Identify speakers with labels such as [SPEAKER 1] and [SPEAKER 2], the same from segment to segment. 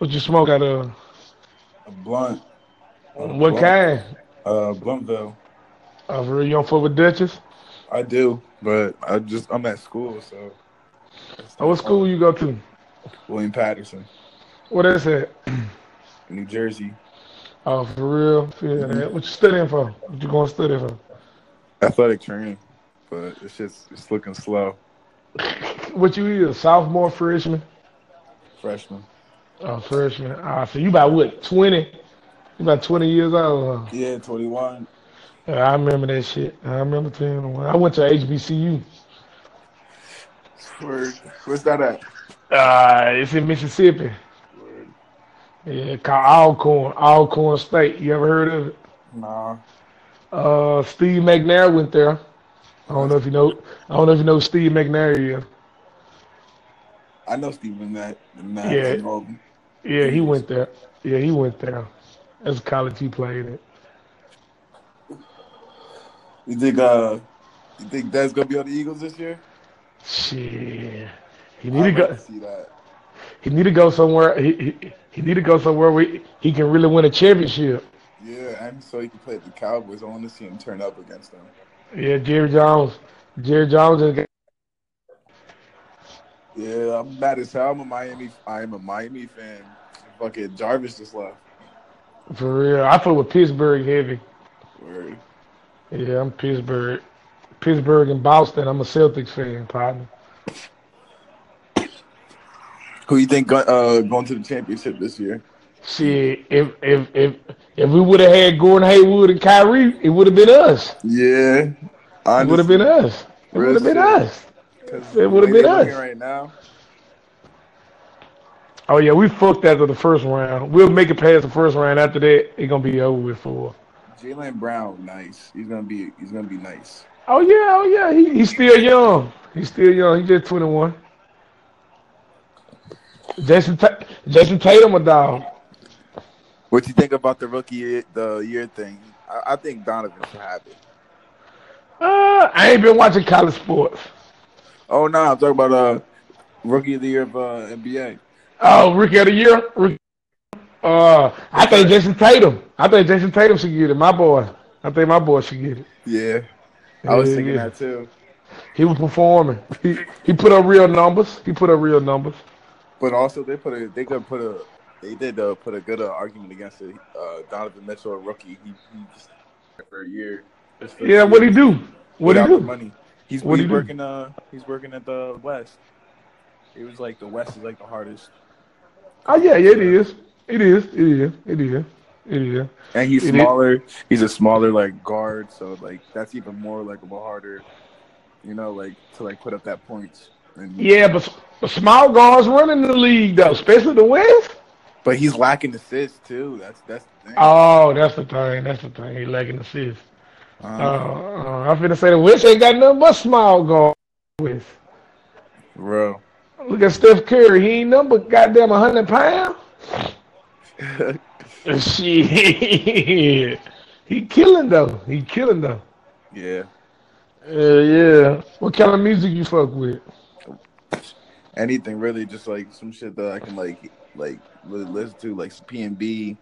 [SPEAKER 1] What you smoke out of?
[SPEAKER 2] A blunt. A
[SPEAKER 1] What
[SPEAKER 2] blunt.
[SPEAKER 1] kind?
[SPEAKER 2] Uh, Bluntville.
[SPEAKER 1] Uh, for real, you don't fuck with Dutchess?
[SPEAKER 2] I do, but I just I'm at school, so.
[SPEAKER 1] Oh, what school you go to?
[SPEAKER 2] William Patterson,
[SPEAKER 1] What is it?
[SPEAKER 2] New Jersey,
[SPEAKER 1] Oh, for real? Yeah, that. What you studying for? What you going to study for?
[SPEAKER 2] athletic training, but it's just it's looking slow.
[SPEAKER 1] What you is? Sophomore, freshman?
[SPEAKER 2] Freshman.
[SPEAKER 1] Oh, freshman. Ah, so you about what? 20? You about 20 years old? huh?
[SPEAKER 2] Yeah, 21.
[SPEAKER 1] Yeah, I remember that shit. I remember 10. I went to HBCU.
[SPEAKER 2] Word. Where's that at?
[SPEAKER 1] Uh, it's in Mississippi.
[SPEAKER 2] Word.
[SPEAKER 1] Yeah, called Alcorn, Alcorn State. You ever heard of it?
[SPEAKER 2] Nah.
[SPEAKER 1] Uh, Steve McNair went there. I don't know if you know. I don't know if you know who Steve McNair. Is.
[SPEAKER 2] I know Steven that. that
[SPEAKER 1] Yeah.
[SPEAKER 2] I know him.
[SPEAKER 1] Yeah, he went there. Yeah, he went there. That's the college he played at.
[SPEAKER 2] You think uh, you think that's gonna be on the Eagles this year?
[SPEAKER 1] Shit, he need to
[SPEAKER 2] I'd like
[SPEAKER 1] go.
[SPEAKER 2] to see that.
[SPEAKER 1] He need to go somewhere. He he, he need to go somewhere where he- he can really win a championship.
[SPEAKER 2] Yeah, and so you can play the Cowboys. I want to see him turn up against them.
[SPEAKER 1] Yeah, Jerry Jones. Jerry Jones is.
[SPEAKER 2] Yeah, I'm mad as hell. I'm a Miami. I am a Miami fan. Fucking Jarvis just left.
[SPEAKER 1] For real, I fuck with Pittsburgh heavy.
[SPEAKER 2] Word.
[SPEAKER 1] Yeah, I'm Pittsburgh, Pittsburgh and Boston. I'm a Celtics fan, partner.
[SPEAKER 2] Who you think go- uh, going to the championship this year?
[SPEAKER 1] Shit, if if if if we would have had Gordon Haywood and Kyrie, it would have been us.
[SPEAKER 2] Yeah,
[SPEAKER 1] It would have been us. It
[SPEAKER 2] Real
[SPEAKER 1] would have been
[SPEAKER 2] shit.
[SPEAKER 1] us.
[SPEAKER 2] been.
[SPEAKER 1] it would've been us.
[SPEAKER 2] right now.
[SPEAKER 1] Oh yeah, we fucked after the first round. We'll make it past the first round. After that, it's gonna be over with for.
[SPEAKER 2] Jalen Brown, nice. He's gonna be. He's gonna be nice.
[SPEAKER 1] Oh yeah, oh yeah. He, he's still young. He's still young. He's just twenty one. Jason Ta- Jason Tatum a dog.
[SPEAKER 2] What you think about the rookie year, the year thing? I, I think Donovan should have it.
[SPEAKER 1] Uh, I ain't been watching college sports.
[SPEAKER 2] Oh no, I'm talking about uh rookie of the year of uh, NBA.
[SPEAKER 1] Oh, rookie of the year. Rookie- Uh, I think Jason Tatum. I think Jason Tatum should get it. My boy. I think my boy should get it.
[SPEAKER 2] Yeah, I was
[SPEAKER 1] Yeah,
[SPEAKER 2] thinking
[SPEAKER 1] yeah.
[SPEAKER 2] that too.
[SPEAKER 1] He was performing. He he put up real numbers. He put up real numbers.
[SPEAKER 2] But also, they put a they could put a they did uh, put a good uh, argument against it. Uh, Donovan Mitchell, a rookie, he, he just for a year. Just for a
[SPEAKER 1] Yeah,
[SPEAKER 2] year
[SPEAKER 1] what he do? What he
[SPEAKER 2] without the
[SPEAKER 1] do?
[SPEAKER 2] Money. He's,
[SPEAKER 1] What'd
[SPEAKER 2] he's
[SPEAKER 1] he do?
[SPEAKER 2] working. Uh, he's working at the West. It was like the West is like the hardest,
[SPEAKER 1] Oh yeah, yeah, it is. It is. It is. It is. It is.
[SPEAKER 2] and he's
[SPEAKER 1] It is-
[SPEAKER 2] smaller. He's a smaller like guard, so like that's even more like of a harder, you know, like to like put up that points. And,
[SPEAKER 1] Yeah, but, s- but small guards running the league though, especially the West.
[SPEAKER 2] But he's lacking assists too. That's that's the thing.
[SPEAKER 1] Oh, that's the thing. That's the thing. He lacking assists. Uh,
[SPEAKER 2] Um,
[SPEAKER 1] uh, I'm finna say the West ain't got nothing but small guards. With
[SPEAKER 2] bro.
[SPEAKER 1] look at Steph Curry, he ain't nothing but goddamn hundred pounds. Shit, he killing though. He killing though.
[SPEAKER 2] yeah.
[SPEAKER 1] Yeah, yeah. What kind of music you fuck with?
[SPEAKER 2] Anything really, just like some shit that I can like like really listen to, like some P and B,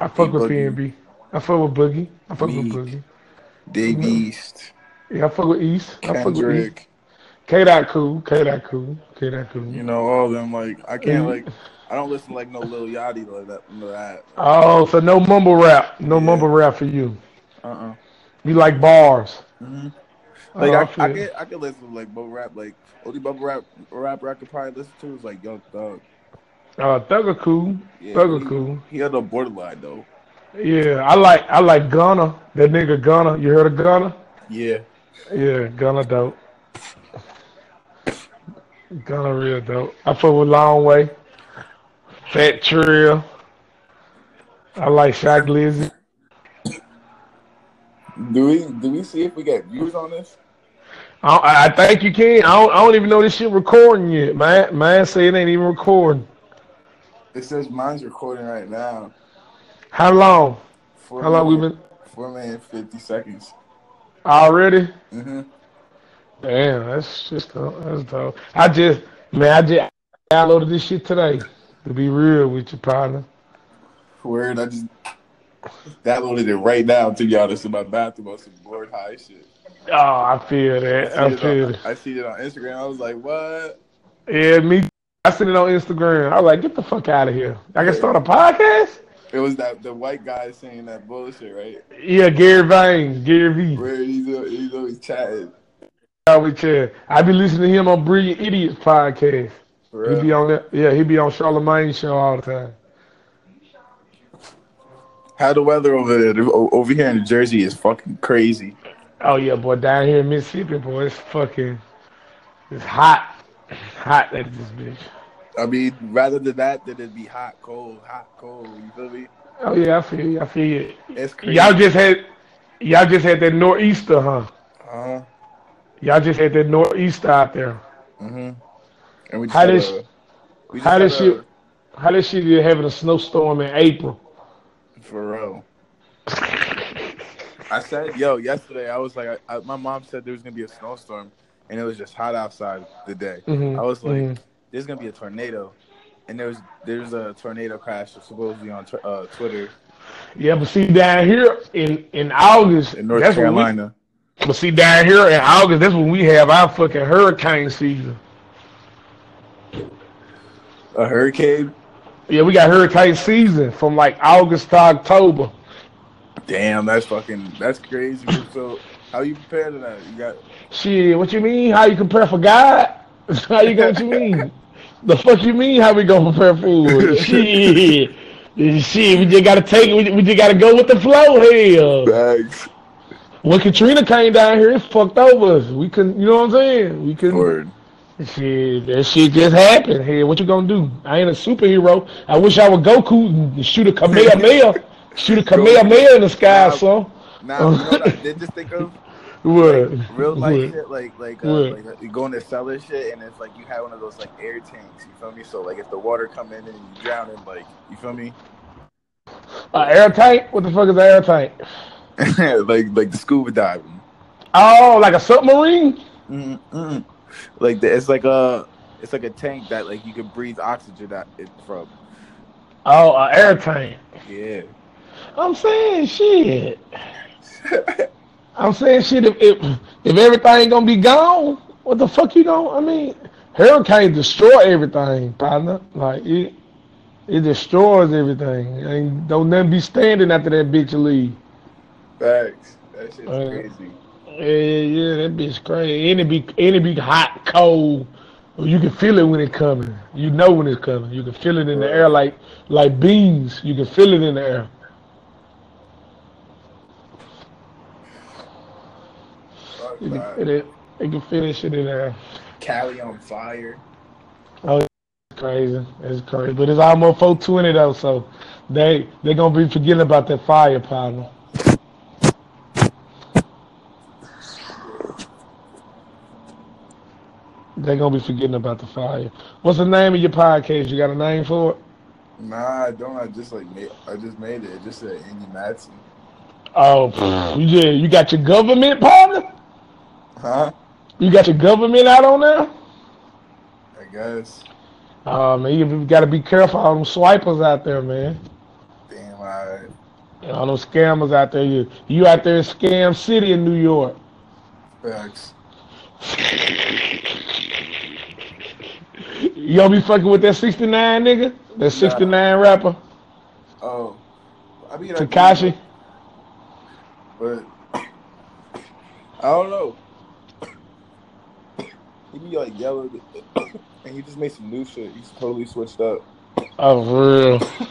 [SPEAKER 1] I fuck with
[SPEAKER 2] Boogie.
[SPEAKER 1] PNB. I fuck with Boogie. I fuck with
[SPEAKER 2] Meek.
[SPEAKER 1] Boogie.
[SPEAKER 2] Dave
[SPEAKER 1] Mm-hmm.
[SPEAKER 2] East,
[SPEAKER 1] Yeah, I fuck with East. I fuck with East.
[SPEAKER 2] Kendrick,
[SPEAKER 1] K dot cool. K dot cool. K dot cool.
[SPEAKER 2] you know, all them. Like I can't
[SPEAKER 1] Mhm.
[SPEAKER 2] like I don't listen to, like no Lil Yachty like that. None of that.
[SPEAKER 1] Oh, so no mumble rap. No
[SPEAKER 2] Yeah.
[SPEAKER 1] mumble rap for you.
[SPEAKER 2] Uh uh
[SPEAKER 1] You like bars.
[SPEAKER 2] hmm
[SPEAKER 1] Uh-uh. Oh,
[SPEAKER 2] Like I, I
[SPEAKER 1] feel-
[SPEAKER 2] could I could listen to like bubble rap. Like only bubble rap rapper I could probably listen to is like Young Thug.
[SPEAKER 1] Uh, Thugger cool.
[SPEAKER 2] Yeah,
[SPEAKER 1] Thugger
[SPEAKER 2] he-
[SPEAKER 1] cool.
[SPEAKER 2] He had a borderline though.
[SPEAKER 1] Yeah, I like I like Gunna. That nigga Gunna. You heard of Gunna?
[SPEAKER 2] Yeah.
[SPEAKER 1] Yeah, Gunna dope. Gunna real dope. I fuck with Long Way, Fat Trill. I like Shaq Lizzy.
[SPEAKER 2] Do we do we see if we get views on this?
[SPEAKER 1] I, I- I think you can. I don't, I don't even know this shit recording yet. Man, man say it ain't even recording.
[SPEAKER 2] It says mine's recording right now.
[SPEAKER 1] How long?
[SPEAKER 2] Four
[SPEAKER 1] How long we
[SPEAKER 2] minute-
[SPEAKER 1] been
[SPEAKER 2] Four minutes fifty seconds.
[SPEAKER 1] already?
[SPEAKER 2] Mm-hmm.
[SPEAKER 1] Damn, that's just dope. That's dope. I just man, I just downloaded this shit today. To be real with you, partner.
[SPEAKER 2] Word, I just downloaded it right now. To be honest, in my bathroom on some board high shit.
[SPEAKER 1] Oh, I feel that. I
[SPEAKER 2] see it
[SPEAKER 1] feel
[SPEAKER 2] on-
[SPEAKER 1] it.
[SPEAKER 2] I see it on Instagram. I was like, what?
[SPEAKER 1] Yeah, me. I seen it on Instagram. I was like, get the fuck out of here. I can start a podcast?
[SPEAKER 2] It was that the white guy saying that bullshit, right?
[SPEAKER 1] Yeah, Gary Vaynerchuk, Gary V.
[SPEAKER 2] Where he's al- he's always chatting.
[SPEAKER 1] out with you. I be listening to him on Brilliant Idiots podcast.
[SPEAKER 2] For
[SPEAKER 1] He be
[SPEAKER 2] real.
[SPEAKER 1] on that. Yeah, he be on Charlemagne show all the time.
[SPEAKER 2] How the weather over there, o- over here in Jersey is fucking crazy.
[SPEAKER 1] Oh yeah, boy, down here in Mississippi, boy, it's fucking, it's hot, It's hot that this bitch.
[SPEAKER 2] I mean, rather than that, then it'd be hot, cold, hot, cold. You feel me?
[SPEAKER 1] Oh yeah, I feel you. I feel you.
[SPEAKER 2] It's crazy.
[SPEAKER 1] Y'all just had, y'all just had that nor'easter, huh?
[SPEAKER 2] uh-huh.
[SPEAKER 1] Y'all just had that nor'easter out there.
[SPEAKER 2] hmm And we just
[SPEAKER 1] How
[SPEAKER 2] had
[SPEAKER 1] does-
[SPEAKER 2] a- we just
[SPEAKER 1] How
[SPEAKER 2] had
[SPEAKER 1] did
[SPEAKER 2] a-
[SPEAKER 1] she? How did she be having a snowstorm in April?
[SPEAKER 2] For real. I said, yo, yesterday I was like, I, I, my mom said there was gonna be a snowstorm, and it was just hot outside the day.
[SPEAKER 1] Mhm,
[SPEAKER 2] I was like,
[SPEAKER 1] mhm.
[SPEAKER 2] there's gonna be a tornado, and there was there's a tornado crash supposedly on tw- uh, Twitter
[SPEAKER 1] Yeah, but see down here in in August,
[SPEAKER 2] in North
[SPEAKER 1] that's when we-
[SPEAKER 2] Carolina.
[SPEAKER 1] But see, down here in August, that's when we have our fucking hurricane season.
[SPEAKER 2] A hurricane.
[SPEAKER 1] Yeah, we got hurricane season from like August to October.
[SPEAKER 2] Damn, that's fucking that's crazy. so how you prepared to that? You got
[SPEAKER 1] Shit, what you mean? How you prepare for God? How you gonna what you mean? The fuck you mean? How we gonna prepare food? Shit, shit, we just gotta take it. We, we just gotta go with the flow. Hell,
[SPEAKER 2] bags.
[SPEAKER 1] when Katrina came down here, it fucked over us. We couldn't, you know what I'm saying? We couldn't.
[SPEAKER 2] Word.
[SPEAKER 1] Shit, that shit just happened. Hey, what you gonna do? I ain't a superhero. I wish I would Goku and shoot a Kamehameha. shoot a Kamehameha in the sky, son.
[SPEAKER 2] Nah, you know what I did just think of
[SPEAKER 1] What?
[SPEAKER 2] real life
[SPEAKER 1] What?
[SPEAKER 2] shit, like like uh,
[SPEAKER 1] What?
[SPEAKER 2] like you go in the cellar shit, and it's like you have one of those like air tanks. You feel me? So like if the water come in and you drown in, like you feel me?
[SPEAKER 1] Uh, air tank? What the fuck is an air tank?
[SPEAKER 2] like like the scuba diving.
[SPEAKER 1] Oh, like a submarine?
[SPEAKER 2] mm mm Like the, it's like a it's like a tank that like you can breathe oxygen out it from.
[SPEAKER 1] Oh, an air tank.
[SPEAKER 2] Yeah.
[SPEAKER 1] I'm saying shit. I'm saying shit. If if, if everything gonna be gone, what the fuck you gonna? I mean, hurricane destroy everything, partner. Like it, it destroys everything. Ain't don't nothing be standing after that bitch leave.
[SPEAKER 2] Facts. That shit's
[SPEAKER 1] Uh,
[SPEAKER 2] crazy.
[SPEAKER 1] Yeah, yeah, that bitch crazy. And it be and it be hot, cold. You can feel it when it coming. You know when it's coming. You can feel it in the air like like beans. You can feel it in the air.
[SPEAKER 2] Fuck
[SPEAKER 1] You can
[SPEAKER 2] that.
[SPEAKER 1] feel it. You can feel that shit in the air.
[SPEAKER 2] Cali on fire.
[SPEAKER 1] Crazy. It's crazy. But it's almost 420 though, so they they're gonna be forgetting about that fire problem. They're gonna be forgetting about the fire. What's the name of your podcast? You got a name for it?
[SPEAKER 2] Nah, I don't. I just like made. I just made it. It just said Andy Matson.
[SPEAKER 1] Oh pff, yeah, you got your government partner?
[SPEAKER 2] Huh?
[SPEAKER 1] You got your government out on there?
[SPEAKER 2] I guess.
[SPEAKER 1] Oh man, you you gotta be careful of them swipers out there, man.
[SPEAKER 2] Damn. I.
[SPEAKER 1] And all those scammers out there. You you out there in scam city in New York.
[SPEAKER 2] Facts.
[SPEAKER 1] You gonna be fucking with that 69 nigga? That 69 rapper?
[SPEAKER 2] Oh. I mean, I do,
[SPEAKER 1] Takashi?
[SPEAKER 2] But I don't know. He be like yelling, and he just made some new shit. He's totally switched up.
[SPEAKER 1] Oh, for real.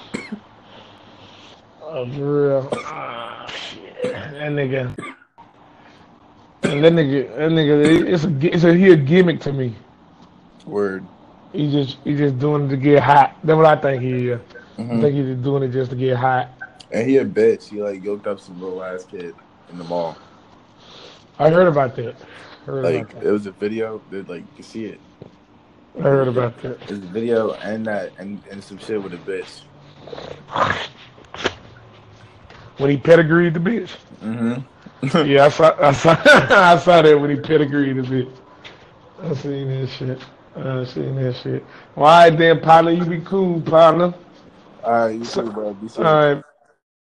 [SPEAKER 1] Oh, for real. Ah, shit. That nigga. And that nigga, that nigga, it's a, it's a, he a gimmick to me.
[SPEAKER 2] Word.
[SPEAKER 1] He just, he just doing it to get hot. That's what I think he is. I
[SPEAKER 2] Mhm.
[SPEAKER 1] think he's just doing it just to get hot.
[SPEAKER 2] And he a bitch. He like yoked up some little ass kid in the mall.
[SPEAKER 1] I heard about that. Heard
[SPEAKER 2] Like
[SPEAKER 1] about
[SPEAKER 2] it was a video. That, like you see it.
[SPEAKER 1] that. I heard about that.
[SPEAKER 2] It's a video and that and, and some shit with a bitch.
[SPEAKER 1] When he pedigreed the bitch.
[SPEAKER 2] Mm-hmm.
[SPEAKER 1] Yeah, I saw, I saw, I saw that when he pedigreed the bitch. I seen that shit. Uh, seeing that shit. All right, then, partner. You be cool, partner.
[SPEAKER 2] All right, you too, bro. Be safe.
[SPEAKER 1] All right.